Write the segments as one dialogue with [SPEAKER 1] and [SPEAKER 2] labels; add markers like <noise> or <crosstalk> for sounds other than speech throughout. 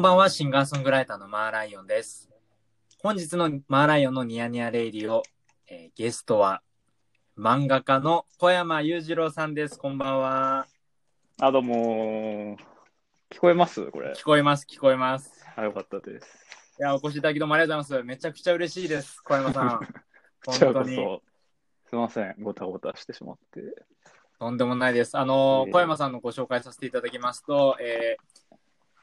[SPEAKER 1] ばんは、シンガーソングライターのマーライオンです。本日のマーライオンのニヤニヤレイディオ、えーゲストは漫画家の小山裕次郎さんです。こんばんは。
[SPEAKER 2] あ、どうもー。聞こえますこれ。
[SPEAKER 1] 聞こえます、聞こえます。
[SPEAKER 2] あ、よかったです。
[SPEAKER 1] いや、お越しいただきどうもありがとうございます。めちゃくちゃ嬉しいです、小山さん。
[SPEAKER 2] こちら
[SPEAKER 1] 本当
[SPEAKER 2] こ
[SPEAKER 1] に
[SPEAKER 2] そ、すいません。ごたごたしてしまって。
[SPEAKER 1] とんでもないです。あの
[SPEAKER 2] いえいえ
[SPEAKER 1] 小山さんのご紹介させていただきますと、えー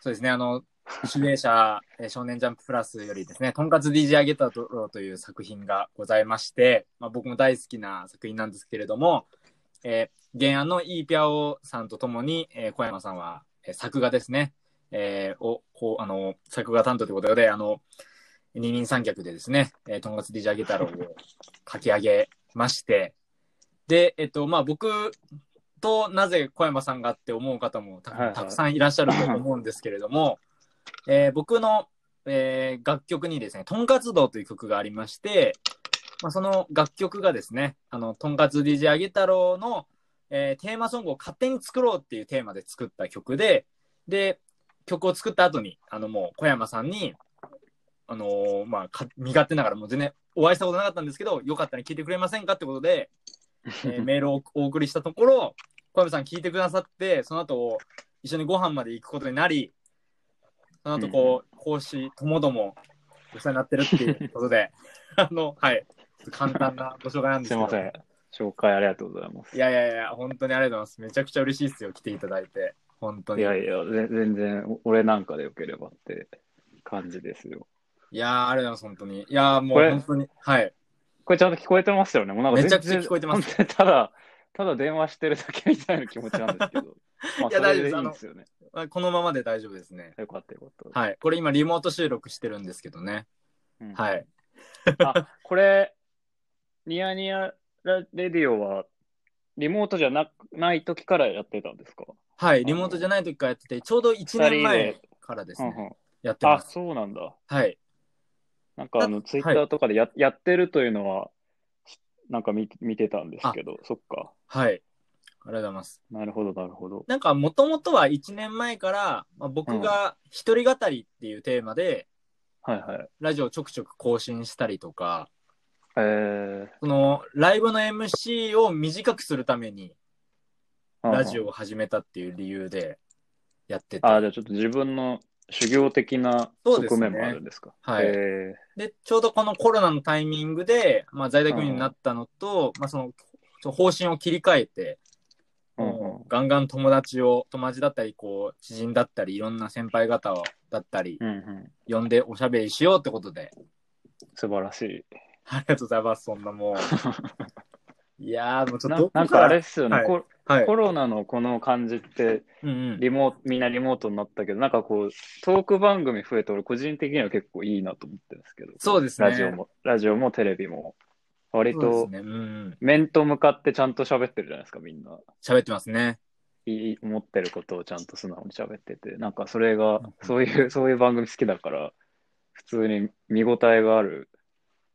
[SPEAKER 1] そうですね、あの、主演者、えー少年ジャンププラスよりですね、とんかつ DJ あげたとろうという作品がございまして、まあ、僕も大好きな作品なんですけれども、えー原案のイーピャオさんとともに、えー小山さんは、えー作画ですね、えーをこうあの作画担当ということで、あの二人三脚でですね、えー、とんかつ DJ あげたろうを書き上げまして、で、えっと、まあ僕となぜ小山さんがって思う方もた,、
[SPEAKER 2] はいはい
[SPEAKER 1] たくさんいらっしゃると思うんですけれども、えー僕の、えー楽曲にですね、とんかつ道という曲がありまして、まあ、その楽曲がですね、あの、とんかつ DJ あげ太郎の、えーテーマソングを勝手に作ろうっていうテーマで作った曲で、で、曲を作った後に、あの、もう小山さんに、あのーまあか、身勝手ながら、もう全然お会いしたことなかったんですけど、よかったら聞いてくれませんかってことで、え
[SPEAKER 2] <laughs>
[SPEAKER 1] ーメールをお送りしたところ、小山さん聞いてくださって、その後、一緒にご飯まで行くことになり、その後、こう、講師ともどもお世話になってるっていうことで、 <laughs> あの、はい、ちょっと簡単なご紹介なんです
[SPEAKER 2] す
[SPEAKER 1] け
[SPEAKER 2] い
[SPEAKER 1] ど。
[SPEAKER 2] ません。紹介ありがとうございます。
[SPEAKER 1] いやいやいや、本当にありがとうございます。めちゃくちゃ嬉しいですよ、来ていただいて。本当
[SPEAKER 2] い
[SPEAKER 1] に。いや
[SPEAKER 2] やいや、ぜ全然、お俺なんかでよければって感じですよ。
[SPEAKER 1] ー、ありがとうございます、本当に。いやー、もう
[SPEAKER 2] これ
[SPEAKER 1] 本当に。はい。
[SPEAKER 2] これちゃんと聞こえてますよね。もうなんか
[SPEAKER 1] めちゃ
[SPEAKER 2] 全
[SPEAKER 1] くちゃ
[SPEAKER 2] 然
[SPEAKER 1] 聞こえてます。
[SPEAKER 2] 本当にただ、ただ電話してるだけみたいな気持ちなんですけ
[SPEAKER 1] <laughs>
[SPEAKER 2] ど。まあ、
[SPEAKER 1] いや大
[SPEAKER 2] それ
[SPEAKER 1] 丈夫
[SPEAKER 2] で
[SPEAKER 1] で
[SPEAKER 2] い
[SPEAKER 1] す
[SPEAKER 2] いんですよね。
[SPEAKER 1] このままで大丈夫ですね。
[SPEAKER 2] よかったよかった。
[SPEAKER 1] はい。これ今、リモート収録してるんですけどね。
[SPEAKER 2] うん
[SPEAKER 1] はい。
[SPEAKER 2] あ、これ、ニヤニヤラレディオは、リモートじゃなない時からやってたんですか
[SPEAKER 1] はい。リモートじゃない時からやってて、ちょうど1年前からです
[SPEAKER 2] うんう
[SPEAKER 1] ね。
[SPEAKER 2] ん
[SPEAKER 1] やって
[SPEAKER 2] あ、
[SPEAKER 1] ます。
[SPEAKER 2] そうなんだ。
[SPEAKER 1] はい。
[SPEAKER 2] なんかあの、ツイッターとかでや、やってるというのは、なんか見見てたんですけど、そっか。
[SPEAKER 1] はい。ありがとうございます。
[SPEAKER 2] なるほど、なるほど。
[SPEAKER 1] なんか、もともとは1年前から、まあ、僕が一人語りっていうテーマで、
[SPEAKER 2] はいはい。
[SPEAKER 1] ラジオをちょくちょく更新したりとか、
[SPEAKER 2] えー、
[SPEAKER 1] その、ライブの MC を短くするために、ラジ
[SPEAKER 2] オ。
[SPEAKER 1] オを始めたっていう理由でやってて、
[SPEAKER 2] あ、じゃあちょっと自分の修行的な
[SPEAKER 1] そうです
[SPEAKER 2] 側
[SPEAKER 1] ね
[SPEAKER 2] 面もあるんですか。
[SPEAKER 1] はい
[SPEAKER 2] えー
[SPEAKER 1] でちょうどこのコロナのタイミングで、まあ、在宅になったのと、まあ、そのちょ方針を切り替えて、
[SPEAKER 2] うんうん
[SPEAKER 1] もうガンガン友達を友達だったりこう知人だったりいろんな先輩方をだったり
[SPEAKER 2] うんうん。
[SPEAKER 1] 呼んでおしゃべりしようってことで
[SPEAKER 2] 素晴らしい。
[SPEAKER 1] ありがとうございますそんなも
[SPEAKER 2] <laughs>
[SPEAKER 1] ういやーもうちょっ
[SPEAKER 2] な
[SPEAKER 1] と
[SPEAKER 2] なんかあれっすよね、
[SPEAKER 1] はい
[SPEAKER 2] コロ
[SPEAKER 1] はい
[SPEAKER 2] コロナのこの感じって、
[SPEAKER 1] うんうん
[SPEAKER 2] リモートみんなリモートになったけど、なんかこう、トーク番組増えて、俺個人的には結構いいなと思ってるんですけど、
[SPEAKER 1] そうですね
[SPEAKER 2] ラジオも、ラジオもテレビも、割
[SPEAKER 1] そうです
[SPEAKER 2] と
[SPEAKER 1] ねうんうん
[SPEAKER 2] 面と向かってちゃんと喋ってるじゃないですか、みんな。
[SPEAKER 1] 喋ってますね
[SPEAKER 2] いい思ってることをちゃんと素直に喋ってて、なんかそれが、そういう、 <laughs> そういう番組好きだから、普通に見応えがある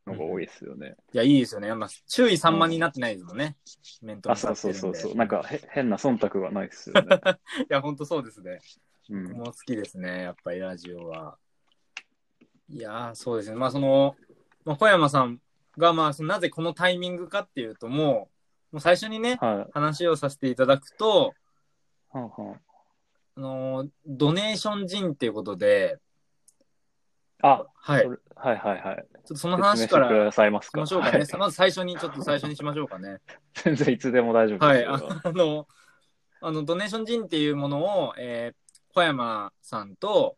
[SPEAKER 2] のが多いですよね。
[SPEAKER 1] いやいいですよね、まあ、注意散漫になってないですもんね、面と
[SPEAKER 2] あ、
[SPEAKER 1] 向か
[SPEAKER 2] そう
[SPEAKER 1] って
[SPEAKER 2] そ
[SPEAKER 1] る
[SPEAKER 2] うん
[SPEAKER 1] で
[SPEAKER 2] そうそう。なんかへ変な忖度がないですよ
[SPEAKER 1] <laughs>
[SPEAKER 2] ね。
[SPEAKER 1] いや本当そうですね
[SPEAKER 2] う
[SPEAKER 1] 僕
[SPEAKER 2] ん。
[SPEAKER 1] も好きですね、やっぱりラジオは。いやー、そうですね。まあ、その、まあ、小山さんが、まあ、そのなぜこのタイミングかっていうと、もう、もう最初にね、
[SPEAKER 2] はい。
[SPEAKER 1] 話をさせていただくと、
[SPEAKER 2] はんはん
[SPEAKER 1] あのードネーション人っていうことで、
[SPEAKER 2] あ、
[SPEAKER 1] はい。ち
[SPEAKER 2] そ
[SPEAKER 1] ょっ
[SPEAKER 2] れはいはいはい。
[SPEAKER 1] とその話か
[SPEAKER 2] 説明してく
[SPEAKER 1] ら
[SPEAKER 2] ださいます
[SPEAKER 1] し
[SPEAKER 2] か。
[SPEAKER 1] ましょうかね。
[SPEAKER 2] はい
[SPEAKER 1] まず最初に、ちょっと最初にしましょうかね。
[SPEAKER 2] <laughs> 全然いつでも大丈夫
[SPEAKER 1] は
[SPEAKER 2] です
[SPEAKER 1] い。
[SPEAKER 2] よ。
[SPEAKER 1] あの、あのドネーション人っていうものを、えー小山さんと、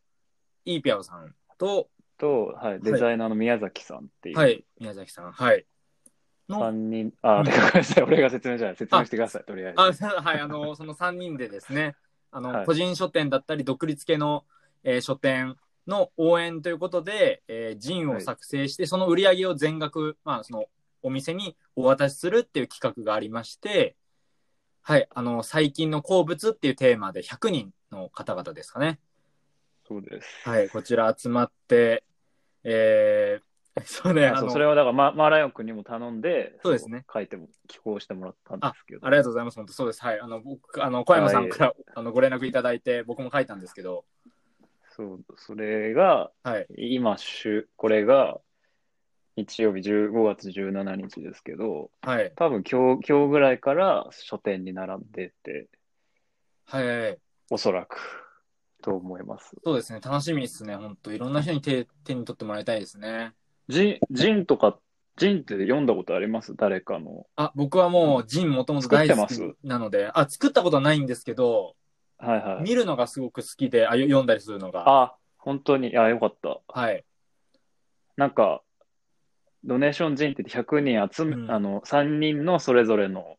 [SPEAKER 1] イーピャオさんと、
[SPEAKER 2] と、はい、デザイナーの宮崎さんっていう。
[SPEAKER 1] はい、宮崎さん、はい。の
[SPEAKER 2] 三人、あ、
[SPEAKER 1] うん
[SPEAKER 2] てかごめんなさい、俺が説明じゃない。説明してください、とりあえず。
[SPEAKER 1] あ <laughs> はい、あの、その3人でですね、あの、
[SPEAKER 2] はい
[SPEAKER 1] 個人書店だったり、独立系の、えー書店の応援ということで、えー、ジンを作成して、その売り上げを全額、まあ、その、お店にお渡しするっていう企画がありまして、はい、あの、最近の好物っていうテーマで100人の方々ですかね。
[SPEAKER 2] そうです。
[SPEAKER 1] はい、こちら集まって、えー、 <laughs> そうね、
[SPEAKER 2] あ
[SPEAKER 1] あ
[SPEAKER 2] そう
[SPEAKER 1] の、
[SPEAKER 2] それはだから、ま、マーライオン君にも頼んで、
[SPEAKER 1] そうですね。
[SPEAKER 2] 書いても、寄稿してもらったんですけど。
[SPEAKER 1] ありがとうございます。本当そうです。はい。あの、僕、あの、小山さんから、あの、ご連絡いただいて、僕も書いたんですけど、
[SPEAKER 2] そう、それが、
[SPEAKER 1] はい。
[SPEAKER 2] 今、週、これが、日曜日15月17日ですけど、
[SPEAKER 1] はい。
[SPEAKER 2] 多分今日、今日ぐらいから書店に並んでて、
[SPEAKER 1] はいはい。
[SPEAKER 2] おそらく、と思います。
[SPEAKER 1] そうですね。楽しみですね。本当いろんな人に手手に取ってもらいたいですね。
[SPEAKER 2] ジン、ジンとか、ジンって読んだことあります誰かの。
[SPEAKER 1] あ、僕はもう、ジンもともと大好き
[SPEAKER 2] 作ってま
[SPEAKER 1] なので、あ、作ったことはないんですけど、
[SPEAKER 2] はいはい。
[SPEAKER 1] 見るのがすごく好きで、あよ読んだりするのが。
[SPEAKER 2] あ、本当に、あ、よかった。
[SPEAKER 1] はい。
[SPEAKER 2] なんか、ドネーション人って100人集め、
[SPEAKER 1] うん
[SPEAKER 2] あの、3人のそれぞれの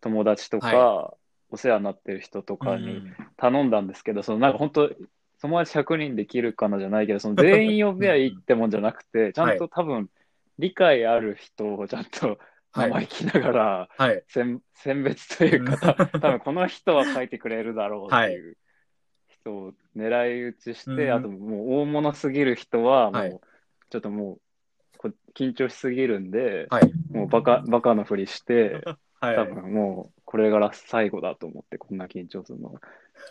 [SPEAKER 2] 友達とか、
[SPEAKER 1] は
[SPEAKER 2] お世話になってる人と
[SPEAKER 1] う
[SPEAKER 2] かに
[SPEAKER 1] ん
[SPEAKER 2] 頼んだんですけど、そのなんか本当、友達100人できるかなじゃないけど、その全員呼べばいいってもんじゃなくて、ちゃんと多分、理解ある人をちゃんと
[SPEAKER 1] はい。は
[SPEAKER 2] 生
[SPEAKER 1] い。
[SPEAKER 2] 意気ながら、
[SPEAKER 1] はい。
[SPEAKER 2] 選選別というか、
[SPEAKER 1] <laughs>
[SPEAKER 2] た多分この人は書いてくれるだろうっていう人を狙い撃ちして、
[SPEAKER 1] うん
[SPEAKER 2] あともう大物すぎる人はもう、
[SPEAKER 1] はい
[SPEAKER 2] ちょっともうこ緊張しすぎるんで、
[SPEAKER 1] はい
[SPEAKER 2] もうバカバカのふりして、
[SPEAKER 1] はい
[SPEAKER 2] 多分もうこれが最後だと思って、こんな緊張する
[SPEAKER 1] <laughs>
[SPEAKER 2] の。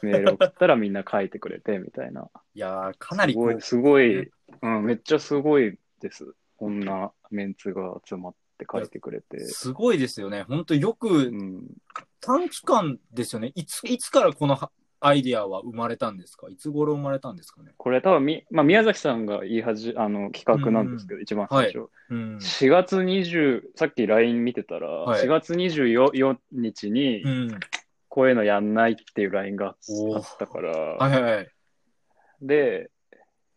[SPEAKER 2] メール送ったらみんな書いてくれてみたいな。
[SPEAKER 1] いやーかなり
[SPEAKER 2] すごい、すごい、うん、めっちゃすごいです。こんなメンツが集まって書いてくれて。
[SPEAKER 1] すごいですよね。本当よ
[SPEAKER 2] う
[SPEAKER 1] く、
[SPEAKER 2] ん
[SPEAKER 1] 短期間ですよね。いつ、いつからこのはアイディアは生まれたんですかいつ頃生まれたんですかね。
[SPEAKER 2] これ多分み、まあ、宮崎さんが言いはじあの企画なんですけど、一番最初、
[SPEAKER 1] うん。
[SPEAKER 2] 4月20さっき LINE 見てたら、
[SPEAKER 1] はい
[SPEAKER 2] 4月24日に
[SPEAKER 1] うん。
[SPEAKER 2] こういうのやんないっていう LINE が
[SPEAKER 1] おー
[SPEAKER 2] あったから、
[SPEAKER 1] はいはいはい。
[SPEAKER 2] で、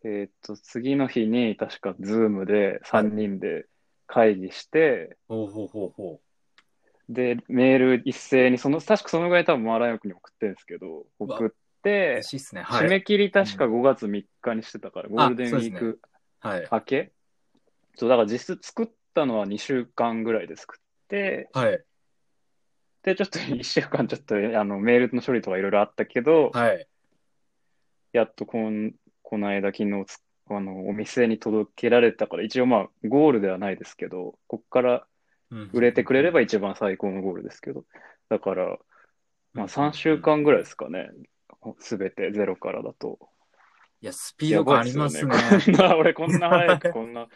[SPEAKER 2] えーっと次の日に確か Zoom で3人で会議して、
[SPEAKER 1] ほうほうほうほ
[SPEAKER 2] でメール一斉にその確かそのぐらい多分マーライオン君に送ってるんですけど
[SPEAKER 1] わ
[SPEAKER 2] 送っ
[SPEAKER 1] う。
[SPEAKER 2] て
[SPEAKER 1] 嬉しいっすね。は
[SPEAKER 2] 締
[SPEAKER 1] い。
[SPEAKER 2] め切り確か5月3日にしてたから、ゴールデンウィー
[SPEAKER 1] そうです
[SPEAKER 2] ク
[SPEAKER 1] はい。
[SPEAKER 2] 明けそうだから実質作ったのは2週間ぐらいで作って
[SPEAKER 1] はい。
[SPEAKER 2] でちょっと1週 <laughs> 間ちょっとあのメールの処理とかいろいろあったけど、
[SPEAKER 1] はい。
[SPEAKER 2] やっとこんこの間昨日つあのお店に届けられたから一応まあゴールではないですけどこっから
[SPEAKER 1] うん
[SPEAKER 2] 売れてくれれば一番最高のゴールですけどだから、まあ、3週。間ぐらいですかね、すべてゼロからだと。
[SPEAKER 1] いや、スピード感ありますね。
[SPEAKER 2] やばいっすよねこんな、 <laughs> 俺こんな早くこんな、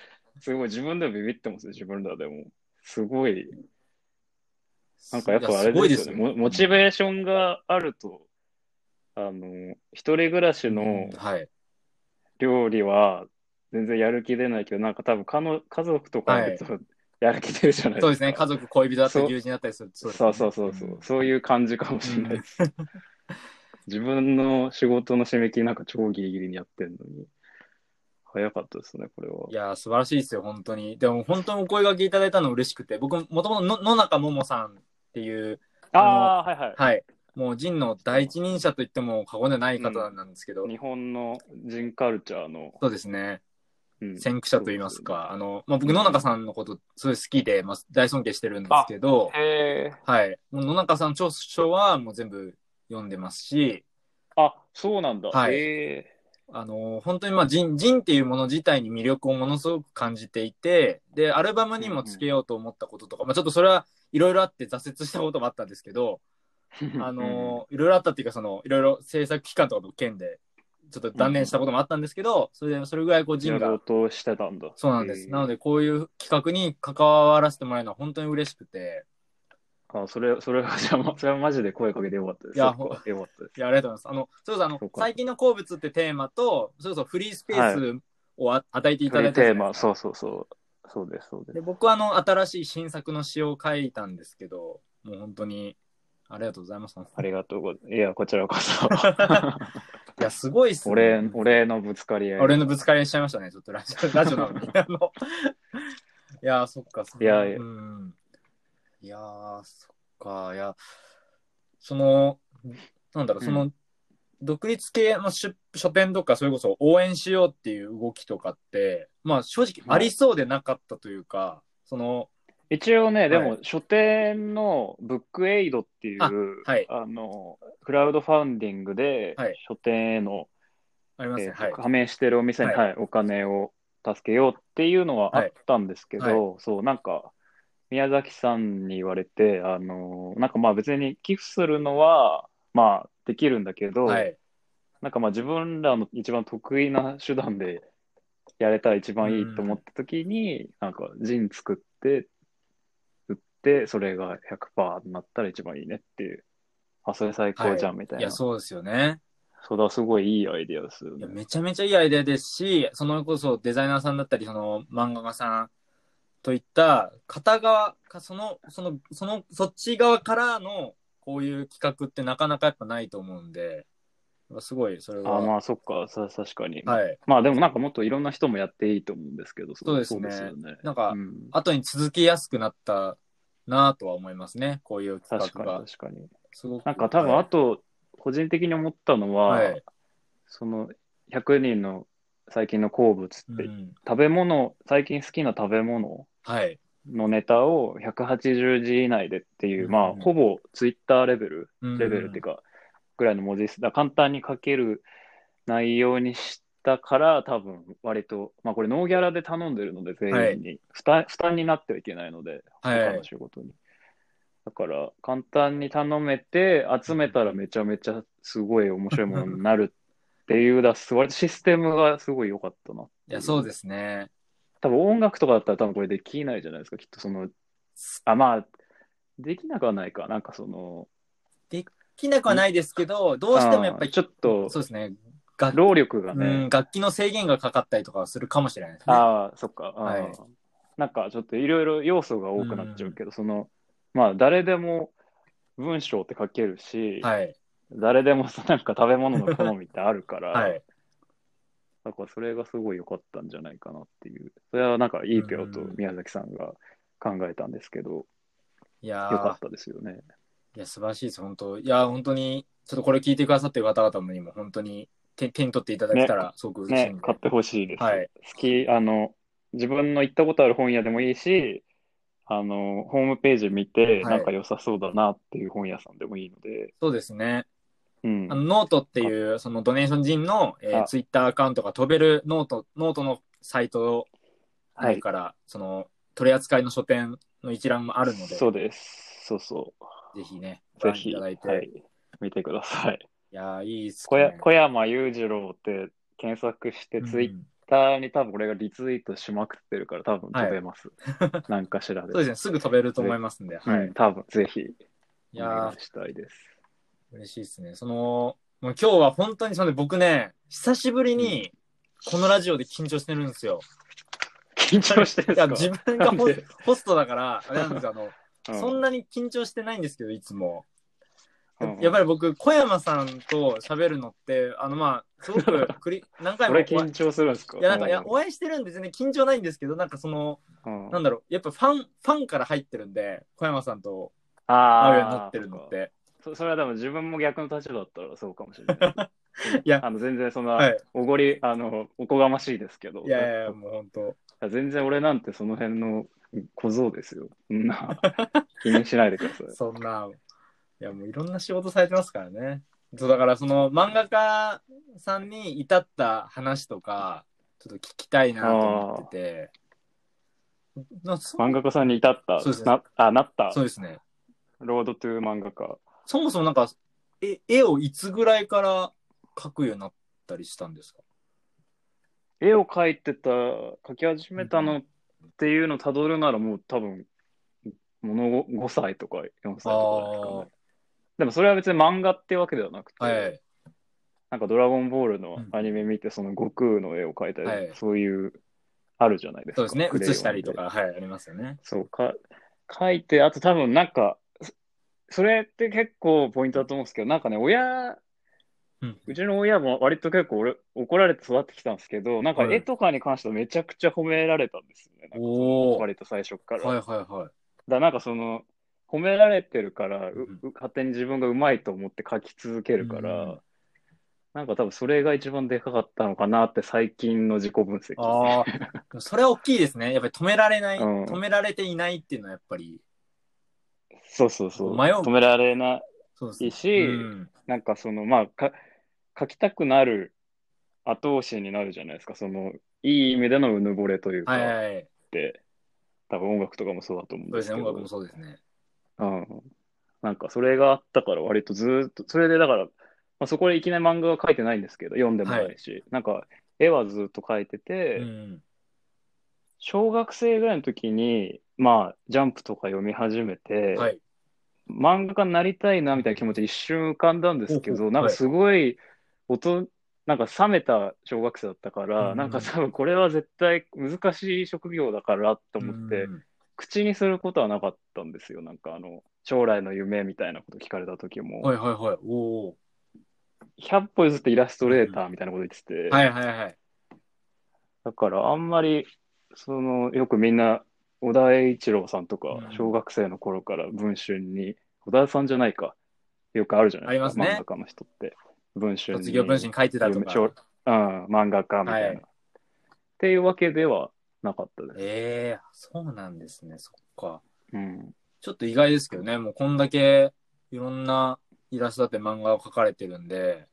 [SPEAKER 2] すごい自分でもビビってますよ、自分らでも。すごい、
[SPEAKER 1] <laughs>
[SPEAKER 2] なんかやっぱあれ
[SPEAKER 1] い
[SPEAKER 2] ですよね。
[SPEAKER 1] ごい
[SPEAKER 2] モモチベーションがあると、あの、一人暮らしの
[SPEAKER 1] うんはい。
[SPEAKER 2] 料理は全然やる気出ないけど、なんか多分かの家族とかいるとやる気出るじゃない
[SPEAKER 1] そう
[SPEAKER 2] で
[SPEAKER 1] ですすね。
[SPEAKER 2] か。
[SPEAKER 1] 家族、恋人だった
[SPEAKER 2] そう
[SPEAKER 1] り、友人だったりする。
[SPEAKER 2] そう
[SPEAKER 1] ですね
[SPEAKER 2] そうそうそう、
[SPEAKER 1] ん
[SPEAKER 2] そういう感じかもしれないです。自分の仕事の締め切りなんか超ギリギリにやってんのに、早かったですね、これは。
[SPEAKER 1] いやー、素晴らしいですよ、本当に。でも、本当にお声掛けいただいたの嬉しくて、僕、もともとの野中桃さんっていう、
[SPEAKER 2] ああ、はいはい。
[SPEAKER 1] はい、もう、人の第一人者と言っても過言ではない方なんですけど、
[SPEAKER 2] 日本の人カルチャーの、
[SPEAKER 1] そうですね、
[SPEAKER 2] うん
[SPEAKER 1] 先駆者と言いますか、あの、まあ、僕、野中さんのこと、すごい好きで、まあ、大尊敬してるんですけど、
[SPEAKER 2] へえ
[SPEAKER 1] はい、もう野中さんの著書はもう全部読んでますし、
[SPEAKER 2] あそうなんだ、
[SPEAKER 1] はい
[SPEAKER 2] へえ
[SPEAKER 1] あの本当にまあ人人っていうもの自体に魅力をものすごく感じていてでアルバムにもつけようと思ったこととか、まあ、ちょっとそれはいろいろあって挫折したこともあったんですけど、あのいろいろあったっていうかそのいろいろ制作期間とかの件でちょっと断念したこともあったんですけど、それでそれぐらいこう
[SPEAKER 2] 人
[SPEAKER 1] 人
[SPEAKER 2] が
[SPEAKER 1] が
[SPEAKER 2] としてたんだ
[SPEAKER 1] そうなんです、なの
[SPEAKER 2] で
[SPEAKER 1] でこういう企画に関わらせてもらえるのは本当に嬉しくて
[SPEAKER 2] あそれ <laughs> それはじゃあまそれはマジで声かけてよかったです
[SPEAKER 1] いや
[SPEAKER 2] そっかよかったです
[SPEAKER 1] いやありがとうございますあのそうそうあの
[SPEAKER 2] そうか
[SPEAKER 1] 最近の好物ってテーマとそうそうフリースペースをあ、与えてい
[SPEAKER 2] そ
[SPEAKER 1] ただ
[SPEAKER 2] れ
[SPEAKER 1] いたじ
[SPEAKER 2] テ
[SPEAKER 1] ゃ
[SPEAKER 2] ー
[SPEAKER 1] ないですか
[SPEAKER 2] マそうそうそうそうですそうで
[SPEAKER 1] です僕はあの新しい新作の詩を書いたんですけどもう本当にありがとうございます
[SPEAKER 2] ありがとうございますいやこちら
[SPEAKER 1] <laughs>
[SPEAKER 2] こそ
[SPEAKER 1] いやすごいっすね
[SPEAKER 2] 俺俺のぶつかり合い
[SPEAKER 1] 俺のぶつかり合いしちゃいましたねちょっとラジオラジオなのにあのいやそっかそっか
[SPEAKER 2] いやいや
[SPEAKER 1] うん、いやーそっかいやそのなんだろう
[SPEAKER 2] うん
[SPEAKER 1] その、独立系の出書店とかそれこそ応援しようっていう動きとかってまあ正直ありそうでなかったというか、その
[SPEAKER 2] 一応ね、でも
[SPEAKER 1] は
[SPEAKER 2] 書店のブックエイドっていう、
[SPEAKER 1] あはい
[SPEAKER 2] あのクラウドファンディングで、
[SPEAKER 1] はい
[SPEAKER 2] 書店への、
[SPEAKER 1] あります
[SPEAKER 2] え
[SPEAKER 1] ね、
[SPEAKER 2] ーと
[SPEAKER 1] はい
[SPEAKER 2] 加盟してるお店に、
[SPEAKER 1] はい
[SPEAKER 2] はいお金を助けようっていうのはあったんですけど、
[SPEAKER 1] はい
[SPEAKER 2] そう、なんか、宮崎さんに言われて、あのなんかまあ別に寄付するのは、まあできるんだけど、
[SPEAKER 1] はい
[SPEAKER 2] なんかまあ自分らの一番得意な手段でやれたら一番いいと思った時に、なんか陣作って、売って、それが100%になったら一番いいねっていう。あ、それ最高じゃんみたい
[SPEAKER 1] い
[SPEAKER 2] な。
[SPEAKER 1] や、そうですよね。
[SPEAKER 2] それはすごいいいアイデアですよ
[SPEAKER 1] いや
[SPEAKER 2] ね。
[SPEAKER 1] めちゃめちゃいいアイデアですし、そのこそデザイナーさんだったり、その漫画家さんといった片側か、その、その、その、そっち側からのこういう企画ってなかなかやっぱないと思うんで、やっぱすごい、それは。
[SPEAKER 2] あまあそっか、さ確かに、
[SPEAKER 1] はい。
[SPEAKER 2] まあでもなんかもっといろんな人もやっていいと思うんですけど、
[SPEAKER 1] そうですね
[SPEAKER 2] よね。
[SPEAKER 1] なんか、
[SPEAKER 2] うん、
[SPEAKER 1] 後に続けやすくなったなぁとは思いますね、こういう企
[SPEAKER 2] 確か
[SPEAKER 1] 画
[SPEAKER 2] に
[SPEAKER 1] が。
[SPEAKER 2] 確かに。
[SPEAKER 1] すごく。
[SPEAKER 2] なんか多分あと、個人的に思ったのは、
[SPEAKER 1] はい
[SPEAKER 2] その100人の最近の好物って、
[SPEAKER 1] うん、
[SPEAKER 2] 食べ物、最近好きな食べ物
[SPEAKER 1] はい。
[SPEAKER 2] のネタを180字以内でっていう、
[SPEAKER 1] うん
[SPEAKER 2] まあほぼツイッターレベル、
[SPEAKER 1] レ
[SPEAKER 2] レベルっていうか、ぐらいの文字数、だから簡単に書ける内容にしたから、多分割と、まあこれノーギャラで頼んでるので、全員に、負担負担になってはいけないので、
[SPEAKER 1] はい
[SPEAKER 2] 他の仕事に。だから、簡単に頼めて、集めたらめちゃめちゃすごい面白いものになるっていう、だ割とシステムがすごい良かったな。
[SPEAKER 1] いや、そうですね。
[SPEAKER 2] 多分音楽とかだったら多分これできないじゃないですか、きっとその、あ、まあ、できなくはないか、なんかその、
[SPEAKER 1] きなくはないですけど、どうしてもやっぱり
[SPEAKER 2] あーちょっと
[SPEAKER 1] そうですね。楽
[SPEAKER 2] 労力がね、
[SPEAKER 1] うん、楽器の制限がかかったりとかはするかもしれないですね。
[SPEAKER 2] ああ、そっか。あー
[SPEAKER 1] はい
[SPEAKER 2] なんかちょっといろいろ要素が多くなっちゃうけど、その、まあ誰でも文章って書けるし、
[SPEAKER 1] はい。
[SPEAKER 2] 誰でもさなんか食べ物の好みってあるから、
[SPEAKER 1] <laughs> はい。
[SPEAKER 2] だからそれがすごい良かったんじゃないかなっていう。それはなんかいい票と
[SPEAKER 1] うん
[SPEAKER 2] 宮崎さんが考えたんですけど、
[SPEAKER 1] いや
[SPEAKER 2] 良かっ
[SPEAKER 1] ー
[SPEAKER 2] たですよね。
[SPEAKER 1] いや、素晴らしいです、本当いやー、本当に、ちょっとこれ聞いてくださってる方々にも、本当に手、手に取っていただけたら、すごく嬉しいん
[SPEAKER 2] ね
[SPEAKER 1] で。、
[SPEAKER 2] 買ってほしいです。
[SPEAKER 1] はい
[SPEAKER 2] 好き、あの、自分の行ったことある本屋でもいいし、あの、ホームページ見て、
[SPEAKER 1] はい
[SPEAKER 2] なんか良さそうだなっていう本屋さんでもいいので、
[SPEAKER 1] そうですね。
[SPEAKER 2] うん
[SPEAKER 1] あの、ノートっていう、そのドネーション人の、えー、
[SPEAKER 2] あ
[SPEAKER 1] ツイッターアカウントが飛べるノート、ノートのサイト
[SPEAKER 2] はい
[SPEAKER 1] から、その、取り扱いの書店の一覧もあるので、
[SPEAKER 2] そうです。そうそ
[SPEAKER 1] ぜひね、
[SPEAKER 2] う。ぜ
[SPEAKER 1] ご覧い
[SPEAKER 2] ひ、
[SPEAKER 1] た
[SPEAKER 2] は
[SPEAKER 1] だい
[SPEAKER 2] い
[SPEAKER 1] て。、
[SPEAKER 2] 見てください。
[SPEAKER 1] いやー、いいっす
[SPEAKER 2] 小
[SPEAKER 1] ね
[SPEAKER 2] や小山裕次郎って検索して、ツイ
[SPEAKER 1] う
[SPEAKER 2] ッ
[SPEAKER 1] ん
[SPEAKER 2] ターに多分俺がリツイートしまくってるから、多分
[SPEAKER 1] はい
[SPEAKER 2] 飛べます。なんかしらで。
[SPEAKER 1] そうですね、すぐ飛べると思いますんで、
[SPEAKER 2] う
[SPEAKER 1] はい。
[SPEAKER 2] ん、多分ぜひ、
[SPEAKER 1] い
[SPEAKER 2] お
[SPEAKER 1] や
[SPEAKER 2] 願
[SPEAKER 1] ー
[SPEAKER 2] い、したいです。
[SPEAKER 1] 嬉しいですね。その、もう今日は本当にその僕ね、久しぶりにこのラジオで緊張してるん
[SPEAKER 2] <laughs>
[SPEAKER 1] ですよ。
[SPEAKER 2] 緊張してるん
[SPEAKER 1] いや、
[SPEAKER 2] です
[SPEAKER 1] 自
[SPEAKER 2] か
[SPEAKER 1] 分がホ
[SPEAKER 2] なんで
[SPEAKER 1] ホストだから、あれなんですよ、あの、
[SPEAKER 2] <laughs>
[SPEAKER 1] そん
[SPEAKER 2] な、
[SPEAKER 1] なに緊張してないんですけど、いつも。
[SPEAKER 2] うん
[SPEAKER 1] やっぱり僕、小山さんと喋るのって、あの、まあ、すご
[SPEAKER 2] <laughs>
[SPEAKER 1] く繰り、何回も。
[SPEAKER 2] 俺
[SPEAKER 1] い
[SPEAKER 2] 緊張するんですか
[SPEAKER 1] や、なんか、いや、お会いしてるんで全然緊張ないんですけど、なんかその、
[SPEAKER 2] うん
[SPEAKER 1] なんだろう、やっぱファン、ファンから入ってるんで、小山さんと
[SPEAKER 2] あ
[SPEAKER 1] 会
[SPEAKER 2] ー
[SPEAKER 1] うようになってるのって。
[SPEAKER 2] そそれはでも自分も逆の立場だったらそうかもしれない。
[SPEAKER 1] <laughs> いや
[SPEAKER 2] あの全然そんな、
[SPEAKER 1] はい
[SPEAKER 2] おごり、あの、おこがましいですけど、
[SPEAKER 1] いやいやいや、もう本当
[SPEAKER 2] いや全然俺なんてその辺の小僧ですよ。そんな <laughs> 気にしないでく
[SPEAKER 1] <laughs>
[SPEAKER 2] ださい。
[SPEAKER 1] そんな、いやもういろんな仕事されてますからね。そうだからその漫画家さんに至った話とか、ちょっと聞きたいなと思ってて。なそ
[SPEAKER 2] 漫画家さんに至った、
[SPEAKER 1] そうですね
[SPEAKER 2] なあなった
[SPEAKER 1] そう、ですね。
[SPEAKER 2] ロードトゥー漫画家。
[SPEAKER 1] そもそもなんか、え絵をいつぐらいから描くようになったりしたんですか
[SPEAKER 2] 絵を描いてた、描き始めたのっていうのをたどるならもう多分、もの5歳とか4歳とかですか
[SPEAKER 1] あー
[SPEAKER 2] ね。でもそれは別に漫画ってわけではなくて、
[SPEAKER 1] はい。
[SPEAKER 2] なんかドラゴンボールのアニメ見て、その悟空の絵を描いたり、
[SPEAKER 1] はい
[SPEAKER 2] そういう、あるじゃないですか。
[SPEAKER 1] そうですね。
[SPEAKER 2] クレ
[SPEAKER 1] 写
[SPEAKER 2] ヨンで
[SPEAKER 1] したりとか、はい、ありますよね。
[SPEAKER 2] そうか、書いて、あと多分なんか、そそれって結構ポイントだと思うんですけど、なんかね、親、
[SPEAKER 1] うん。
[SPEAKER 2] うちの親も割と結構俺怒られて育ってきたんですけど、なんか
[SPEAKER 1] はい
[SPEAKER 2] 絵とかに関してはめちゃくちゃ褒められたんですよね。なんか
[SPEAKER 1] おー。
[SPEAKER 2] 割と最初から。
[SPEAKER 1] はい
[SPEAKER 2] だか
[SPEAKER 1] はい
[SPEAKER 2] <laughs>
[SPEAKER 1] はい。
[SPEAKER 2] らなんかその、褒められてるから、う
[SPEAKER 1] うん
[SPEAKER 2] う勝手に自分がうまいと思って描き続けるから、
[SPEAKER 1] うん
[SPEAKER 2] なんか多分それが一番でかかったのかなって最近の自己分析ですね。
[SPEAKER 1] ああ、それは大きいですね。やっぱり止められない、
[SPEAKER 2] うん
[SPEAKER 1] 止められていないっていうのはやっぱり、
[SPEAKER 2] そうそうそう。
[SPEAKER 1] 迷う
[SPEAKER 2] 止められない。
[SPEAKER 1] そうですね。
[SPEAKER 2] いいし
[SPEAKER 1] うん
[SPEAKER 2] なんかそのまあか書きたくなる後押しになるじゃないですかそのいい意味でのうぬぼれというか
[SPEAKER 1] はい
[SPEAKER 2] っ
[SPEAKER 1] はいはい。
[SPEAKER 2] て、多分音楽とかもそうだと思
[SPEAKER 1] そ
[SPEAKER 2] うん
[SPEAKER 1] う
[SPEAKER 2] で
[SPEAKER 1] です
[SPEAKER 2] す
[SPEAKER 1] ね、
[SPEAKER 2] け
[SPEAKER 1] 音
[SPEAKER 2] ど
[SPEAKER 1] 楽もそうですね。
[SPEAKER 2] うん、なんかそれがあったから割とずーっとそれでだからまあ、そこでいきなり漫画は書いてないんですけど、読んでもないし、なんか、絵はずっと描いてて、
[SPEAKER 1] うん。
[SPEAKER 2] 小学生ぐらいの時に、まあ、ジャンプとか読み始めて、
[SPEAKER 1] はい。
[SPEAKER 2] 漫画家になりたいなみたいな気持ち一瞬浮かんだんですけ
[SPEAKER 1] ほうほ
[SPEAKER 2] ど、
[SPEAKER 1] う
[SPEAKER 2] なんかすごい、音、なんか冷めた小学生だったか
[SPEAKER 1] うんう
[SPEAKER 2] ら、
[SPEAKER 1] ん
[SPEAKER 2] なんか多分これは絶対難しい職業だからと思って、
[SPEAKER 1] うん
[SPEAKER 2] 口にすることはなかったんですよ。なんかあの、将来の夢みたいなこと聞かれた時も、
[SPEAKER 1] はいはいはい。おお。
[SPEAKER 2] 100歩譲ってイラストレーターみたいなこと言ってて、
[SPEAKER 1] はいはいはい。
[SPEAKER 2] だからあんまり、その、よくみんな、小田栄一郎さんとか
[SPEAKER 1] うん、
[SPEAKER 2] 小学生の頃から文春に、小田さんじゃないか、よくあるじゃないですか、
[SPEAKER 1] ありますね
[SPEAKER 2] 漫画家の人って。文春
[SPEAKER 1] 卒業文集
[SPEAKER 2] に、
[SPEAKER 1] に書いてたとか。
[SPEAKER 2] 小うん、漫画家みたいな。
[SPEAKER 1] はい
[SPEAKER 2] っていうわけではなかったです。
[SPEAKER 1] ええそうなんですね。そっか。
[SPEAKER 2] うん。
[SPEAKER 1] ちょっと意外ですけどね。もうこんだけいろんなイラストだって漫画を描かれてるんで。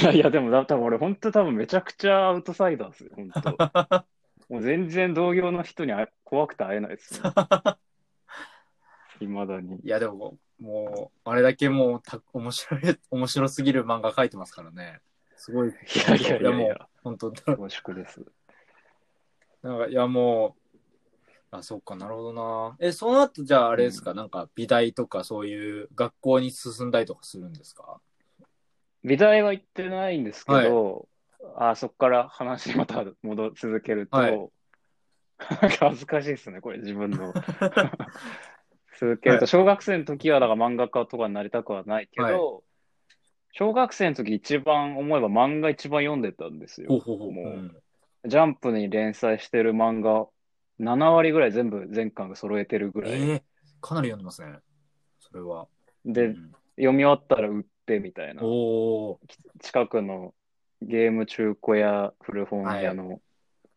[SPEAKER 2] いやいや、でもだ多分俺、本当多分めちゃくちゃアウトサイダーですよ、本当。
[SPEAKER 1] <laughs>
[SPEAKER 2] もう全然同業の人に会え怖くて会えないで
[SPEAKER 1] <laughs>
[SPEAKER 2] すね。いまだに。
[SPEAKER 1] いやでも、もう、あれだけもうた面白い、面白すぎる漫画描いてますからね。すごい、
[SPEAKER 2] いやいやいやい
[SPEAKER 1] いやもう
[SPEAKER 2] や、
[SPEAKER 1] 本当
[SPEAKER 2] 恐縮です。
[SPEAKER 1] なんか、いや、もう、あ、そっか、なるほどな。え、その後、じゃあ、あれですか、なんか、美大とか、そういう学校に進んだりとかするんですか
[SPEAKER 2] 美大は行ってないんですけど、あそこから話また戻続けると、
[SPEAKER 1] は
[SPEAKER 2] なんか恥ずかしいですね、これ自
[SPEAKER 1] <laughs>
[SPEAKER 2] 分の。続けると、小学生の時はだから漫画家とかになりたくはないけど、
[SPEAKER 1] はい
[SPEAKER 2] 小学生の時一番思えば漫画一番読んでたんですよ。
[SPEAKER 1] ほうほうほう。
[SPEAKER 2] も
[SPEAKER 1] う
[SPEAKER 2] うんジャンプに連載してる漫画、7割ぐらい全部全巻が揃えてるぐらい。
[SPEAKER 1] えーかなり読んでますね。それは。う
[SPEAKER 2] で、
[SPEAKER 1] ん
[SPEAKER 2] 読み終わったら売ってみたいな。
[SPEAKER 1] おー
[SPEAKER 2] 近くのゲーム中古屋、古本屋の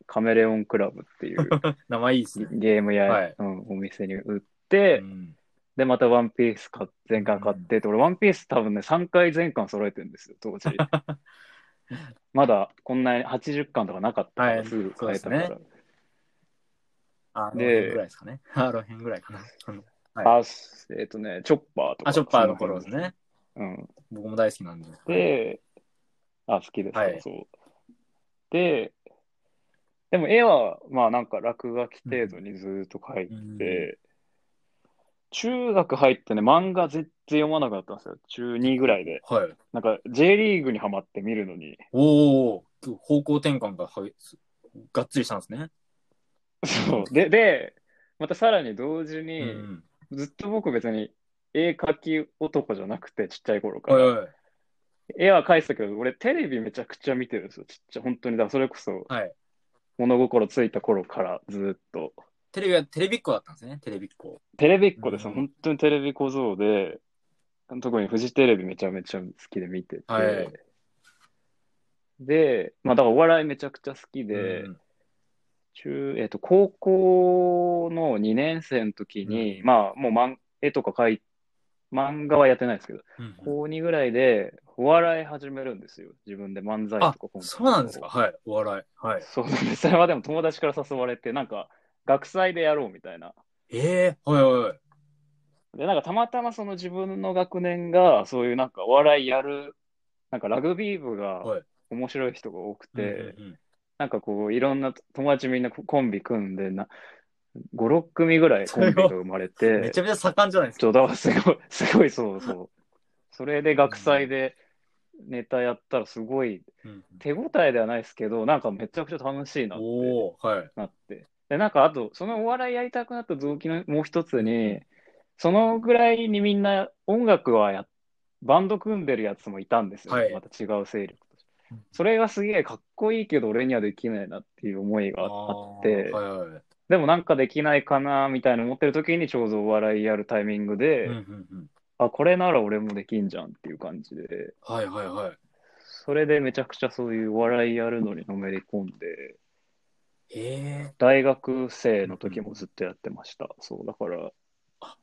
[SPEAKER 2] カメレオンクラブって
[SPEAKER 1] <laughs>
[SPEAKER 2] いう
[SPEAKER 1] 名前いいですね。
[SPEAKER 2] ゲーム屋、
[SPEAKER 1] はい
[SPEAKER 2] うん、お店に売って、
[SPEAKER 1] うん
[SPEAKER 2] で、またワンピース買っ全巻買ってって、俺ワンピース多分ね、3回全巻揃えてるんですよ、
[SPEAKER 1] <laughs>
[SPEAKER 2] 当時。まだこんなに80巻とかなかったから、
[SPEAKER 1] はい
[SPEAKER 2] すぐ買えたか
[SPEAKER 1] そう
[SPEAKER 2] ら。
[SPEAKER 1] であの
[SPEAKER 2] で
[SPEAKER 1] 辺ぐらいですかね。 <laughs> あの辺ぐらいかな。あ
[SPEAKER 2] <laughs>
[SPEAKER 1] の
[SPEAKER 2] あ、えっ、とね、チョッパーとか。
[SPEAKER 1] あ、チョッパーの頃ですね。
[SPEAKER 2] うん。
[SPEAKER 1] 僕も大好きなんで。
[SPEAKER 2] で、あ、好きですか、
[SPEAKER 1] はい
[SPEAKER 2] そう。で、でも絵は、まあなんか落書き程度にずーっと描いて、中学入ってね、漫画絶対読まなくなったんですよ。中2ぐらいで。
[SPEAKER 1] はい。
[SPEAKER 2] なんか J リーグにハマって見るのに、 <laughs>
[SPEAKER 1] おお方向転換がはげすがっつりしたんですね。
[SPEAKER 2] そう。で、で、またさらに同時
[SPEAKER 1] う
[SPEAKER 2] に、
[SPEAKER 1] ん
[SPEAKER 2] ずっと僕別に絵描き男じゃなくて、ちっちゃい頃か
[SPEAKER 1] うん。はい
[SPEAKER 2] ら。
[SPEAKER 1] はい。
[SPEAKER 2] 絵は描いてたけど、俺テレビめちゃくちゃ見てるんですよ。ちっちゃい、本当に。だからそれこそ、
[SPEAKER 1] はい。
[SPEAKER 2] 物心ついた頃からずーっと。
[SPEAKER 1] テレビは、テレビっ子だったんですね。テレビっ子。
[SPEAKER 2] テレビっ子です、
[SPEAKER 1] うん
[SPEAKER 2] 本当にテレビ小僧で、特にフジテレビめちゃめちゃ好きで見てて、
[SPEAKER 1] はい
[SPEAKER 2] で、まあだからお笑いめちゃくちゃ好きで、
[SPEAKER 1] うん
[SPEAKER 2] 中、えっと、高校の2年生の時に、
[SPEAKER 1] う
[SPEAKER 2] まあもう漫絵とか描い、漫画はやってないですけど、
[SPEAKER 1] うん
[SPEAKER 2] 高2ぐらいでお笑い始めるんですよ。自分で漫才と
[SPEAKER 1] あ
[SPEAKER 2] かコントと、
[SPEAKER 1] そうなんですか。はい。お笑い。はい。
[SPEAKER 2] そうなんです。それはでも友達から誘われて、なんか学祭でやろうみたいな。
[SPEAKER 1] ええはいはい。
[SPEAKER 2] で、なんかたまたまその自分の学年が、そういうなんかお笑いやる、なんかラグビー部が
[SPEAKER 1] はい
[SPEAKER 2] 面白い人が多くて、
[SPEAKER 1] うんうんうん
[SPEAKER 2] なんかこういろんな友達みんなこコンビ組んでな、5、6組ぐらいコンビが生まれて、
[SPEAKER 1] めちゃめちゃ盛んじゃないです
[SPEAKER 2] ち
[SPEAKER 1] か。
[SPEAKER 2] ょだからすごい、 <laughs> すごいそうそう。それで学祭でネタやったらすごい
[SPEAKER 1] うん
[SPEAKER 2] 手応えではないですけど、なんかめちゃくちゃ楽しいなって
[SPEAKER 1] おおはい。
[SPEAKER 2] なって。で、なんかあと、そのお笑いやりたくなった動機のもう一つに、そのぐらいにみんな音楽はや、バンド組んでるやつもいたんですよ。
[SPEAKER 1] はい
[SPEAKER 2] また違う勢力として。それがすげえかっこいいけど、俺にはできないなっていう思いがあっ
[SPEAKER 1] あ
[SPEAKER 2] て
[SPEAKER 1] ー、はいはい。
[SPEAKER 2] でもなんかできないかなみたいな思ってる時にちょうどお笑いやるタイミングで、
[SPEAKER 1] うんうんうん
[SPEAKER 2] あ、これなら俺もできんじゃんっていう感じで、
[SPEAKER 1] はいはいはい。
[SPEAKER 2] それでめちゃくちゃそういうお笑いやるのにのめり込んで、
[SPEAKER 1] ええ
[SPEAKER 2] 大学生の時もずっとやってました。そう、だから
[SPEAKER 1] あ、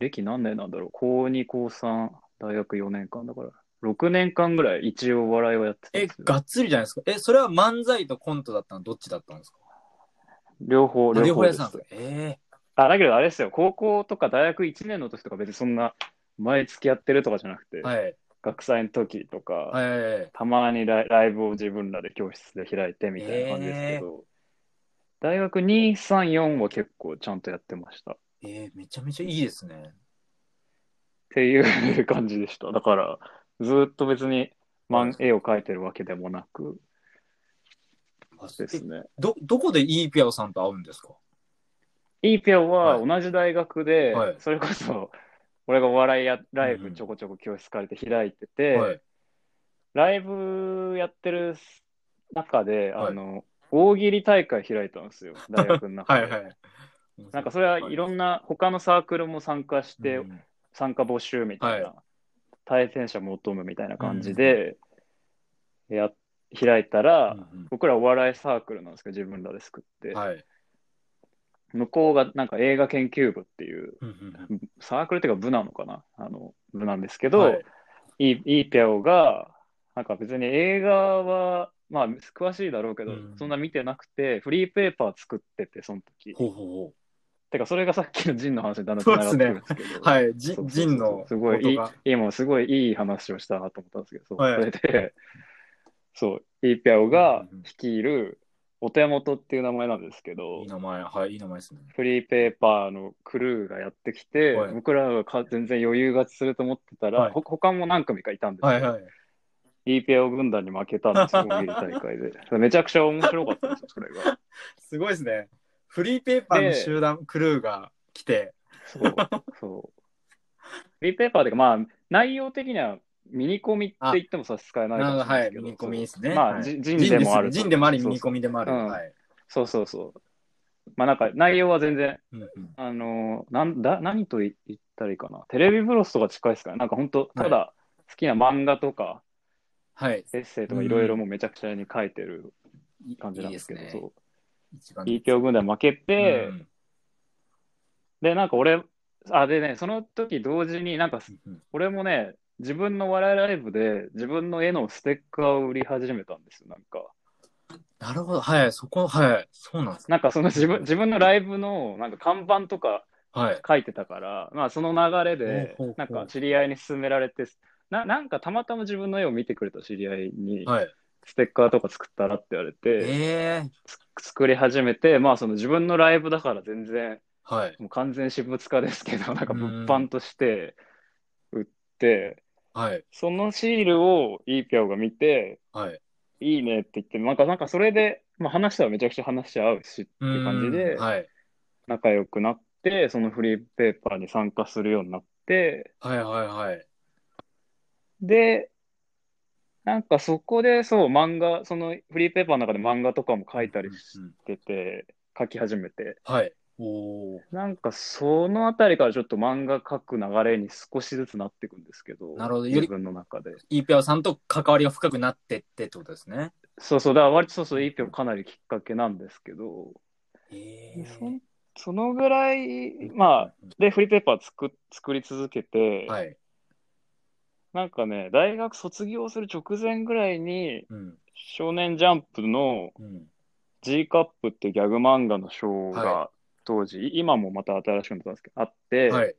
[SPEAKER 2] 歴何年なんだろう。高2、高3、大学4年間だから、6年間ぐらい一応お笑いをやってたん
[SPEAKER 1] え
[SPEAKER 2] です、よ。
[SPEAKER 1] がっつりじゃないですか。え、それは漫才とコントだったのどっちだったんですか
[SPEAKER 2] 両方、
[SPEAKER 1] 両
[SPEAKER 2] 両
[SPEAKER 1] 方
[SPEAKER 2] 方
[SPEAKER 1] や
[SPEAKER 2] で
[SPEAKER 1] って
[SPEAKER 2] す
[SPEAKER 1] たんですかえ
[SPEAKER 2] あ、だけどあれですよ。高校とか大学1年の時とか別にそんな、前付き合ってるとかじゃなくて、
[SPEAKER 1] えはい。
[SPEAKER 2] 学祭の時とか、
[SPEAKER 1] え
[SPEAKER 2] たまにライライブを自分らで教室で開いてみたいな感じですけど、大学2、3、4は結構ちゃんとやってました。っ
[SPEAKER 1] ー、えーめちゃめちゃいいですね。
[SPEAKER 2] ていう感じでした。 <laughs> だから、ずっと別に漫絵を描いてるわけでもなく
[SPEAKER 1] あそ
[SPEAKER 2] ですね。
[SPEAKER 1] ど、どこでイーピアオさんと会うんですか
[SPEAKER 2] イーピョンは
[SPEAKER 1] は
[SPEAKER 2] 同じ大学で、
[SPEAKER 1] はい
[SPEAKER 2] それこそ、俺がお笑いやライ
[SPEAKER 1] う
[SPEAKER 2] ブ
[SPEAKER 1] ん
[SPEAKER 2] ちょこちょこ教室借りて開いてて、
[SPEAKER 1] はい。
[SPEAKER 2] ライブやってる中で、
[SPEAKER 1] はい
[SPEAKER 2] あの、大喜利大会開いたんですよ、大学の中
[SPEAKER 1] は
[SPEAKER 2] で。
[SPEAKER 1] いはい。
[SPEAKER 2] なんかそれはいろんな他のサークルも参加して、
[SPEAKER 1] うん
[SPEAKER 2] 参加募集みたいな、
[SPEAKER 1] は
[SPEAKER 2] 対戦者求むみたいな感じで、や開いたら、
[SPEAKER 1] うん
[SPEAKER 2] 僕らお笑いサークルなんですけど自分らで作って、
[SPEAKER 1] うんはい。
[SPEAKER 2] 向こうがなんか映画研究部っていう
[SPEAKER 1] うんうん
[SPEAKER 2] サークルっていうか部なのかなあの部なんですけ
[SPEAKER 1] うん
[SPEAKER 2] ど、
[SPEAKER 1] はいい、
[SPEAKER 2] いいいぴゃおがなんか別に映画はまあ詳しいだろうけ
[SPEAKER 1] う
[SPEAKER 2] ど、
[SPEAKER 1] ん
[SPEAKER 2] そんな見てなくてフリーペーパー作っててその時
[SPEAKER 1] ほうほうほ
[SPEAKER 2] てかそれがさっきのジンの話にだんだん繋がってるんですけど
[SPEAKER 1] う。はい。じ
[SPEAKER 2] そうそうそう
[SPEAKER 1] ジンの
[SPEAKER 2] すごいいい
[SPEAKER 1] 音が、
[SPEAKER 2] 今すごいいい話をしたなと思ったんですけど、そう
[SPEAKER 1] はい
[SPEAKER 2] それで、そう、イーピャオが
[SPEAKER 1] うんうん
[SPEAKER 2] 率いる、お手元っていう名前なんですけど
[SPEAKER 1] いい、名前。はい。いい名前ですね。
[SPEAKER 2] フリーペーパーのクルーがやってきて、
[SPEAKER 1] はい
[SPEAKER 2] 僕らがか全然余裕勝ちすると思ってたら、
[SPEAKER 1] はい
[SPEAKER 2] ほ他も何組かいたんです
[SPEAKER 1] はい
[SPEAKER 2] けど、
[SPEAKER 1] はい。
[SPEAKER 2] イーピャオ軍団に負けたん
[SPEAKER 1] <laughs>
[SPEAKER 2] ですよ、大喜利大会で。めちゃくちゃ面白かったんですよ、それが。
[SPEAKER 1] すごいですね。フリーペーパーの集団、クルーが来て。
[SPEAKER 2] そう、
[SPEAKER 1] <laughs>
[SPEAKER 2] そう。フリーペーパーっていうか、まあ、内容的にはミニコミって言っても差し支えないか
[SPEAKER 1] な
[SPEAKER 2] も
[SPEAKER 1] ん
[SPEAKER 2] し
[SPEAKER 1] か
[SPEAKER 2] れ
[SPEAKER 1] は
[SPEAKER 2] ないで
[SPEAKER 1] い。
[SPEAKER 2] すけ
[SPEAKER 1] ミ
[SPEAKER 2] ど、
[SPEAKER 1] ニコミですね。
[SPEAKER 2] まあ
[SPEAKER 1] はい
[SPEAKER 2] ジジンでもある
[SPEAKER 1] ジンでもあり、ミニ
[SPEAKER 2] ミ。
[SPEAKER 1] コミでもある。
[SPEAKER 2] うん
[SPEAKER 1] はい。
[SPEAKER 2] そうそうそう。まあなんか内容は全然、
[SPEAKER 1] うんうん
[SPEAKER 2] あのーなんだ、何と言ったらいいかな。テレビブロスとか近いですかね。なんか本当、ただ好きな漫画とか、
[SPEAKER 1] はい。
[SPEAKER 2] エッセイとか
[SPEAKER 1] うん
[SPEAKER 2] いろいろもうめちゃくちゃに書いてる
[SPEAKER 1] い
[SPEAKER 2] 感じなんですけど、
[SPEAKER 1] いい
[SPEAKER 2] そ
[SPEAKER 1] ね
[SPEAKER 2] う。
[SPEAKER 1] 一番。
[SPEAKER 2] E 票軍団負けて、
[SPEAKER 1] うん
[SPEAKER 2] で、なんか俺、あ、でね、その時同時になんか
[SPEAKER 1] うん
[SPEAKER 2] 俺もね、自分の笑いライブで自分の絵のステッカーを売り始めたんですよ、なんか。
[SPEAKER 1] なるほど。はい。そこ、はい。そうなんですね。
[SPEAKER 2] なんかその自分自分のライブのなんか看板とか
[SPEAKER 1] はい。
[SPEAKER 2] 書いてたから、まあ、その流れで
[SPEAKER 1] ほうほうほう、
[SPEAKER 2] なんか知り合いに勧められて、ななんかたまたま自分の絵を見てくれた知り合いに、
[SPEAKER 1] はい。
[SPEAKER 2] ステッカーとか作ったらって言われて、
[SPEAKER 1] ええ。
[SPEAKER 2] つ作り始めて、まあその自分のライブだから全然、
[SPEAKER 1] はい。
[SPEAKER 2] もう完全私物化ですけど、 <laughs> なんか
[SPEAKER 1] うん
[SPEAKER 2] 物販として売って、
[SPEAKER 1] はい。
[SPEAKER 2] そのシールをイーピャオが見て、
[SPEAKER 1] はい。
[SPEAKER 2] いいねって言って、なんかなんかそれで、まあ、話したらめちゃくちゃ話し合うしっていう感じで、
[SPEAKER 1] うんはい。
[SPEAKER 2] 仲良くなって、そのフリーペーパーに参加するようになって、
[SPEAKER 1] はいはいはい。
[SPEAKER 2] で、なんかそこでそう漫画、そのフリーペーパーの中で漫画とかも書いたりし
[SPEAKER 1] うん
[SPEAKER 2] てて、書き始めて、
[SPEAKER 1] はい。おお。
[SPEAKER 2] なんかそのあたりからちょっと漫画書く流れに少しずつなっていくんですけど、
[SPEAKER 1] なるほどより
[SPEAKER 2] 自分の中で。
[SPEAKER 1] イーピアオさんと関わりが深くなってってってことですね。
[SPEAKER 2] そうそう、だから割とそうそう、一票かなりきっかけなんですけど、
[SPEAKER 1] え
[SPEAKER 2] そそのぐらい、まあ、で、フリーペーパー作作り続けて、
[SPEAKER 1] あはい。
[SPEAKER 2] なんかね、大学卒業する直前ぐらいに、
[SPEAKER 1] うん。
[SPEAKER 2] 少年ジャンプの
[SPEAKER 1] うん。
[SPEAKER 2] G カップっていうギャグ漫画の賞が
[SPEAKER 1] は
[SPEAKER 2] 当時、今もまた新しくなったんですけど、あって、
[SPEAKER 1] はい。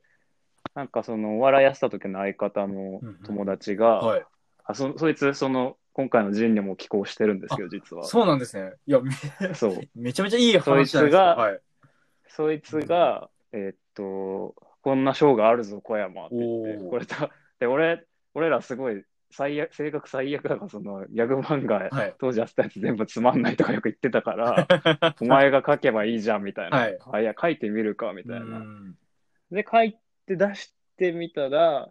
[SPEAKER 2] なんかそのお笑いやってた時の相方の友達が、
[SPEAKER 1] はい。
[SPEAKER 2] あそそいつ、その今回のジンにも寄稿してるんですけど、実は。
[SPEAKER 1] そうなんですね。いや、め
[SPEAKER 2] そう。
[SPEAKER 1] めちゃめちゃいい話じゃないですか。
[SPEAKER 2] そ
[SPEAKER 1] はい。
[SPEAKER 2] そいつが、えーっと、こんな賞があるぞ、小山って言って、
[SPEAKER 1] おー
[SPEAKER 2] これだ、で、俺、俺らすごい、最悪、性格最悪だから、その、ギャグ漫画、
[SPEAKER 1] はい
[SPEAKER 2] 当時やってたやつ全部つまんないとかよく言って
[SPEAKER 1] <laughs>
[SPEAKER 2] たから、お前が書けばいいじゃん、みたいな。
[SPEAKER 1] はい
[SPEAKER 2] あ、いや、書いてみるか、みた
[SPEAKER 1] う
[SPEAKER 2] いな。
[SPEAKER 1] ん
[SPEAKER 2] で、書いて出してみたら、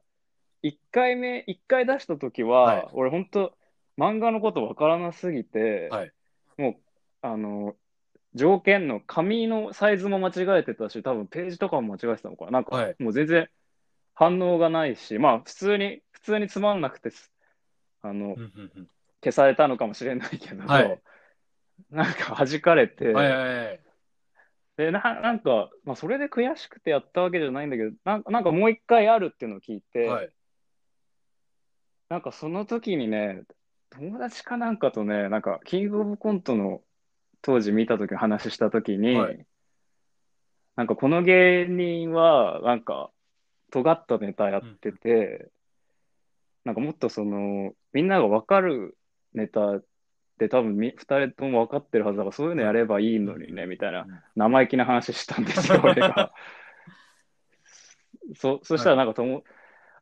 [SPEAKER 2] 1回目、一回出した時は、
[SPEAKER 1] はい
[SPEAKER 2] 俺、ほんと、漫画のことわからなすぎて、
[SPEAKER 1] はい
[SPEAKER 2] もう、あの、条件の紙のサイズも間違えてたし、多分ページとかも間違えてたのかな。なんか、
[SPEAKER 1] はい
[SPEAKER 2] もう全然反応がないし、まあ、普通に、普通につまんなくてす、あ
[SPEAKER 1] う、
[SPEAKER 2] の
[SPEAKER 1] んうん
[SPEAKER 2] 消されたのかもしれないけど、
[SPEAKER 1] はい
[SPEAKER 2] なんか弾かれて、
[SPEAKER 1] うんはいはいはい。
[SPEAKER 2] でな、 <laughs> なんか、まあ、それで悔しくてやったわけじゃないんだけど、なんなんかもう一回あるっていうのを聞いて、
[SPEAKER 1] はい。
[SPEAKER 2] なんかその時にね、友達かなんかとね、なんか、キングオブコントの当時見た時の話した時に、
[SPEAKER 1] はい
[SPEAKER 2] なんかこの芸人は、なんか、尖ったネタやってて、なんかもっとその、みんなが分かるネタって多分み、二人とも分かってるはずだから、そういうのやればいいのにね、みたいな、生意気な話したんで
[SPEAKER 1] <laughs>
[SPEAKER 2] すよ、俺が。そ、そしたらなんかとも、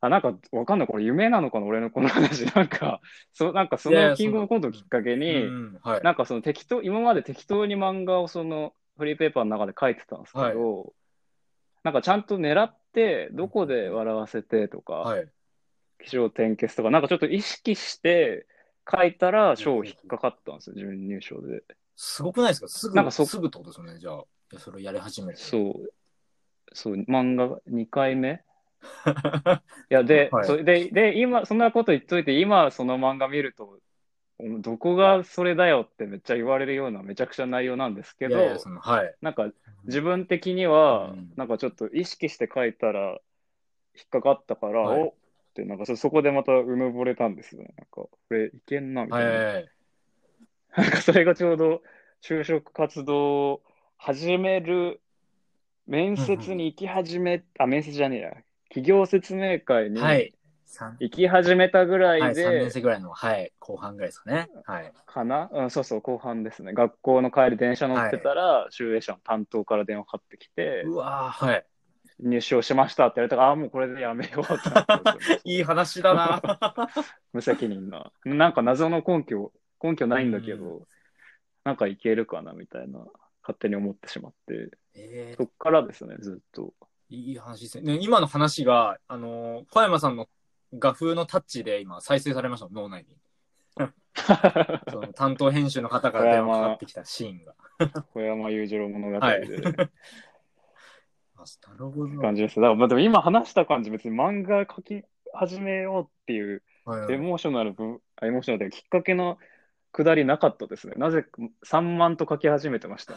[SPEAKER 2] あ、なんか分かんない、これ夢なのかな、俺のこの話。 <laughs> なんか、そなんかそ
[SPEAKER 1] いやい
[SPEAKER 2] の
[SPEAKER 1] や
[SPEAKER 2] キングオブコントをきっかけ
[SPEAKER 1] う
[SPEAKER 2] に、
[SPEAKER 1] ん、はい。
[SPEAKER 2] なんかその適当、今まで適当に漫画をそのフリーペーパーの中で書いてたんですけど、なんかちゃんと狙って、どこで笑わせてとか、
[SPEAKER 1] はい。
[SPEAKER 2] 気象転結とか、なんかちょっと意識して書いたら賞引っかかったんですよ、準入賞で。
[SPEAKER 1] すごくないですかすぐ、
[SPEAKER 2] なんかそ
[SPEAKER 1] すぐってことですよね、じゃあ。いやそれをやり始める。
[SPEAKER 2] そう。そう、漫画2回目いや、で、
[SPEAKER 1] はい
[SPEAKER 2] そで、で、今、そんなこと言っといて、今その漫画見ると、どこがそれだよってめっちゃ言われるようなめちゃくちゃ内容なんですけ
[SPEAKER 1] い
[SPEAKER 2] ど、
[SPEAKER 1] やいや、その、はい。
[SPEAKER 2] なんか自分的には、
[SPEAKER 1] うん
[SPEAKER 2] なんかちょっと意識して書いたら引っかかったから、
[SPEAKER 1] はい
[SPEAKER 2] おって、なんかそそこでまたうぬぼれたんですよね。なんか、これいけんな、みた
[SPEAKER 1] はいい
[SPEAKER 2] な。
[SPEAKER 1] はいはい。
[SPEAKER 2] なんかそれがちょうど就職活動を始める、面接に行き始め、あ、面接じゃねえや、企業説明会に
[SPEAKER 1] はい。三
[SPEAKER 2] 行き始めたぐら
[SPEAKER 1] はいい、3年
[SPEAKER 2] で、
[SPEAKER 1] 生ぐらいの、はい、後半ぐらいですかね。はい。
[SPEAKER 2] かな、うん、そうそう、後半ですね。学校の帰り電車乗ってたら、集英社の担当から電話かかってきて、
[SPEAKER 1] うわーはい。
[SPEAKER 2] 入賞しましたって言われたから、ああ、もうこれでやめようってなったんですよ
[SPEAKER 1] <laughs>
[SPEAKER 2] ね
[SPEAKER 1] いい話だ
[SPEAKER 2] <laughs>
[SPEAKER 1] な。
[SPEAKER 2] 無責任な。なんか謎の根拠、根拠ないんだけど、
[SPEAKER 1] う
[SPEAKER 2] なんかいけるかなみたいな、勝手に思ってしまって、
[SPEAKER 1] え
[SPEAKER 2] そ
[SPEAKER 1] ー
[SPEAKER 2] っからですね、ず
[SPEAKER 1] <laughs>
[SPEAKER 2] っと。
[SPEAKER 1] いい話ですね。ね今の話が、あのー小山さんの画風のタッチで今、再生されましたもん、脳内に。その担当編集の方から電話かかってきたシーンが。
[SPEAKER 2] 小山裕次郎物語で、
[SPEAKER 1] はい
[SPEAKER 2] って
[SPEAKER 1] あなるほど。
[SPEAKER 2] 感じです。だから、まあ、でも今話した感じ、別に漫画描き始めようっていう、
[SPEAKER 1] はい
[SPEAKER 2] エモーショナル分、あエモーショナルできっかけのくだりなかったですね。なぜか3万と描き始めてました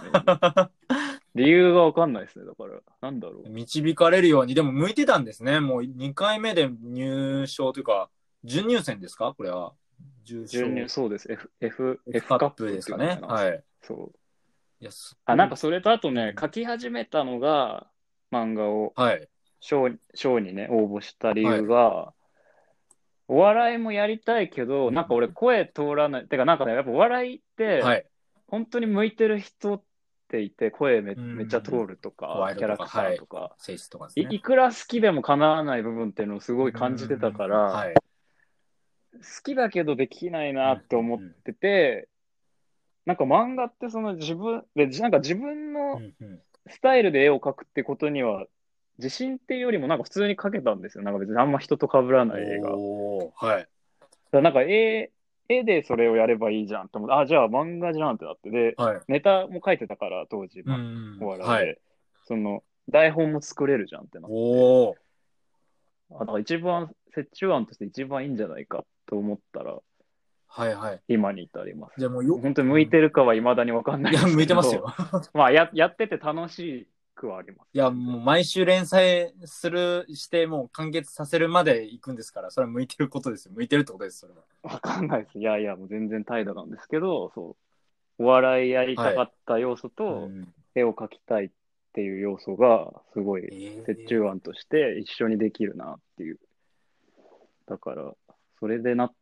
[SPEAKER 2] ね。
[SPEAKER 1] <laughs>
[SPEAKER 2] 理由がわかんないですね。だから、なんだろう。
[SPEAKER 1] 導かれるように、でも向いてたんですね。もう2回目で入賞というか、準入選ですかこれは。重賞
[SPEAKER 2] 順入、そうです。F、F、。
[SPEAKER 1] F カップですかね。はいい。
[SPEAKER 2] そう。
[SPEAKER 1] いやす
[SPEAKER 2] あ、なんかそれとあとね、書き始めたのが、漫画を、
[SPEAKER 1] はい。
[SPEAKER 2] 賞賞にね、応募した理由が、お笑いもやりたいけど、なんか俺声通らない。てかなんかね、やっぱお笑いって、
[SPEAKER 1] はい。
[SPEAKER 2] 本当に向いてる人っていて、声め
[SPEAKER 1] うん
[SPEAKER 2] めっちゃ通るとか
[SPEAKER 1] 声、と
[SPEAKER 2] キ
[SPEAKER 1] か
[SPEAKER 2] ャラクターとか、
[SPEAKER 1] 性質とかです
[SPEAKER 2] い
[SPEAKER 1] ね。
[SPEAKER 2] いくら好きでも叶わない部分っていうのをすごい感じてたか
[SPEAKER 1] うん
[SPEAKER 2] ら、
[SPEAKER 1] はい。
[SPEAKER 2] 好きだけどできないなって思ってて、なんか漫画ってその自分で、じなんか自分の
[SPEAKER 1] うんうん
[SPEAKER 2] スタイルで絵を描くってことには、自信っていうよりもなんか普通に描けたんですよ。なんか別にあんま人と被らない絵が。だか
[SPEAKER 1] おーはい。
[SPEAKER 2] らなんか絵、絵でそれをやればいいじゃんって思って、あ、じゃあ漫画じゃんってなって、で、
[SPEAKER 1] はい。
[SPEAKER 2] ネタも書いてたから、当時、
[SPEAKER 1] う
[SPEAKER 2] まあ
[SPEAKER 1] ん
[SPEAKER 2] お笑いで、
[SPEAKER 1] はい。
[SPEAKER 2] その、台本も作れるじゃんってなって。
[SPEAKER 1] おー
[SPEAKER 2] あ、だから一番、折衷案として一番いいんじゃないかと思ったら、
[SPEAKER 1] はいはい。
[SPEAKER 2] 今に至ります。
[SPEAKER 1] じゃあもうよ、
[SPEAKER 2] 本当に向いてるかは未だに分かんない
[SPEAKER 1] い
[SPEAKER 2] です
[SPEAKER 1] や、
[SPEAKER 2] けど
[SPEAKER 1] 向いてますよ。。 <laughs>
[SPEAKER 2] まあや、やってて楽しくはあります。
[SPEAKER 1] いや、もう毎週連載する、して、もう完結させるまで行くんですから、それは向いてることですよ。向いてるってことです、それは。
[SPEAKER 2] 分かんないです。いやいや、もう全然怠惰なんですけど、そう。お笑いやりたかった要素と、
[SPEAKER 1] うん
[SPEAKER 2] 絵を描きたいっていう要素が、すごい
[SPEAKER 1] え
[SPEAKER 2] 折衷案として一緒にできるなっていう。だから、それでな、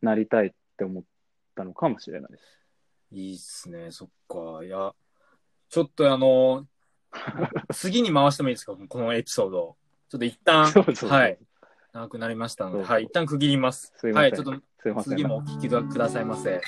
[SPEAKER 2] なりたいって思ったのかもしれないです。
[SPEAKER 1] いいっすね、そっか。いや、ちょっとあの、
[SPEAKER 2] <laughs>
[SPEAKER 1] 次に回してもいいですか、このエピソード。ちょっと一旦、
[SPEAKER 2] そうそうそう
[SPEAKER 1] はい。長くなりましたの
[SPEAKER 2] そう
[SPEAKER 1] で、
[SPEAKER 2] そう
[SPEAKER 1] はい、一旦区切ります。
[SPEAKER 2] すいま
[SPEAKER 1] は
[SPEAKER 2] せん。
[SPEAKER 1] い、ちょっ
[SPEAKER 2] すいま
[SPEAKER 1] と
[SPEAKER 2] せん。
[SPEAKER 1] 次もお聞きくださいませ。